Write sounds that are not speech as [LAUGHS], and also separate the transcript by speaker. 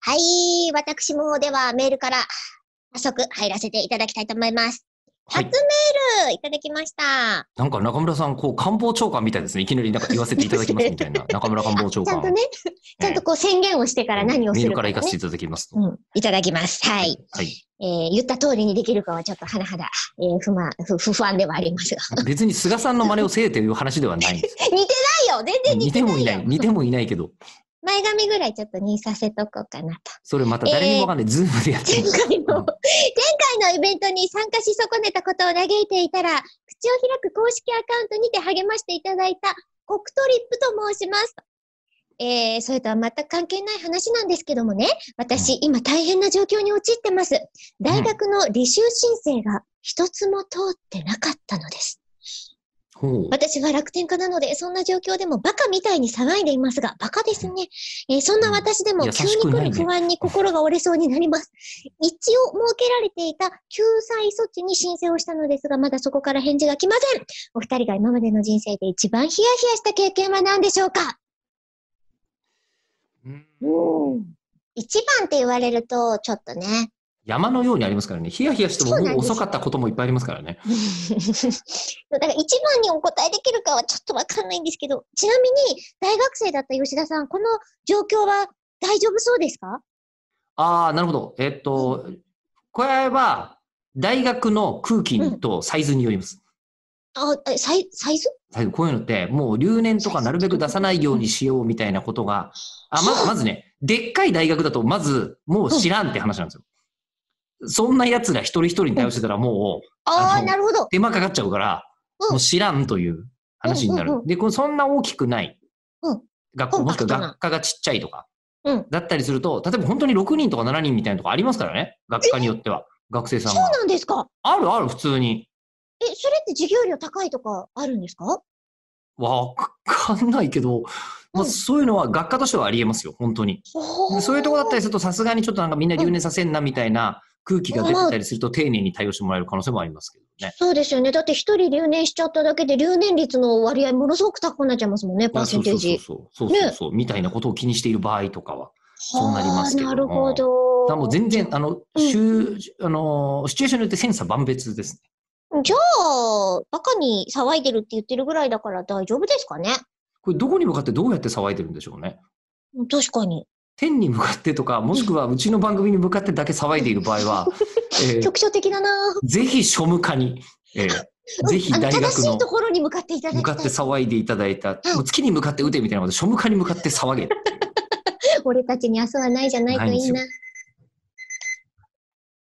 Speaker 1: はい、私もではメールから早速入らせていただきたいと思います。初メールいただきました。はい、
Speaker 2: なんか中村さん、こう官房長官みたいですね。いきなりなんか言わせていただきますみ
Speaker 1: [LAUGHS]
Speaker 2: たいな。中村官房長官。
Speaker 1: ちゃんとね、ちゃんとこう宣言をしてから何をする
Speaker 2: か、ね、メールから行かせていただきます
Speaker 1: うん、いただきます。はい。はい。えー、言った通りにできるかはちょっと甚だ、えー、不満不、不安ではありますが。
Speaker 2: 別に菅さんの真似をせえという話ではない
Speaker 1: [LAUGHS]
Speaker 2: んです。
Speaker 1: 似てないよ全然似てない
Speaker 2: 似てもいない。似てもいないけど。
Speaker 1: 前髪ぐらいちょっとにさせとこうかなと。
Speaker 2: それまた誰にもわかんない。えー、ズームでやっ
Speaker 1: 前
Speaker 2: て
Speaker 1: 回の、前回のイベントに参加し損ねたことを嘆いていたら、口を開く公式アカウントにて励ましていただいた、コクトリップと申します。えー、それとは全く関係ない話なんですけどもね、私、うん、今大変な状況に陥ってます。大学の履修申請が一つも通ってなかったのです。 [LAUGHS] 私は楽天家なので、そんな状況でもバカみたいに騒いでいますが、バカですね。えー、そんな私でも急に来る不安に心が折れそうになります。ね、一応設けられていた救済措置に申請をしたのですが、まだそこから返事が来ません。お二人が今までの人生で一番ヒヤヒヤした経験は何でしょうかうん。一番って言われると、ちょっとね。
Speaker 2: 山のようにありますからね、ヒヤヒヤしても遅かったこともいっぱいありますからね。
Speaker 1: [LAUGHS] だから一番にお答えできるかはちょっとわかんないんですけど、ちなみに大学生だった吉田さん、この状況は大丈夫そうですか
Speaker 2: ああ、なるほど。えー、っと、うん、これは大学の空気とサイズによります。
Speaker 1: うん、あえサイサイズ
Speaker 2: こういうのって、もう留年とかなるべく出さないようにしようみたいなことが、あままずね、でっかい大学だと、まずもう知らんって話なんですよ。うんそんな奴ら一人一人に対応してたらもう、
Speaker 1: ああ、なるほど。
Speaker 2: 手間かかっちゃうから、もう知らんという話になる。で、このそんな大きくない、学校、もしくは学科がちっちゃいとか、だったりすると、例えば本当に6人とか7人みたいなとこありますからね、学科によっては、学生さん
Speaker 1: が。そうなんですか
Speaker 2: あるある、普通に。
Speaker 1: え、それって授業料高いとかあるんですか
Speaker 2: わかんないけど、まあ、そういうのは学科としてはありえますよ、本当に。そういうとこだったりすると、さすがにちょっとなんかみんな留年させんなみたいな、空気が出てたりすると丁寧に対応してもらえる可能性もありますけどね。
Speaker 1: そうですよね。だって一人留年しちゃっただけで留年率の割合ものすごく高くなっちゃいますもんね、パーセンテージ。
Speaker 2: そうそうそうそうそうそう、ね、みたいなことを気にしている場合とかは、そうなりますけど
Speaker 1: なるほど。
Speaker 2: だもう全然、あの、しゅ、うん、あの、シチュエーションによって千差万別です
Speaker 1: ね。じゃあ、バカに騒いでるって言ってるぐらいだから大丈夫ですかね。
Speaker 2: これどこに向かってどうやって騒いでるんでしょうね。
Speaker 1: 確かに。
Speaker 2: 天に向かってとか、もしくはうちの番組に向かってだけ騒いでいる場合 [LAUGHS] は、
Speaker 1: えー、局所的だな
Speaker 2: ぜひ庶務課に、えー、ぜひ大学の
Speaker 1: 正しいところに向かっていただ
Speaker 2: 向かって騒いでいただいた、もう月に向かって打てみたいなこと、庶務課に向かって騒げ。
Speaker 1: 俺たちに明日はないじゃないといいな。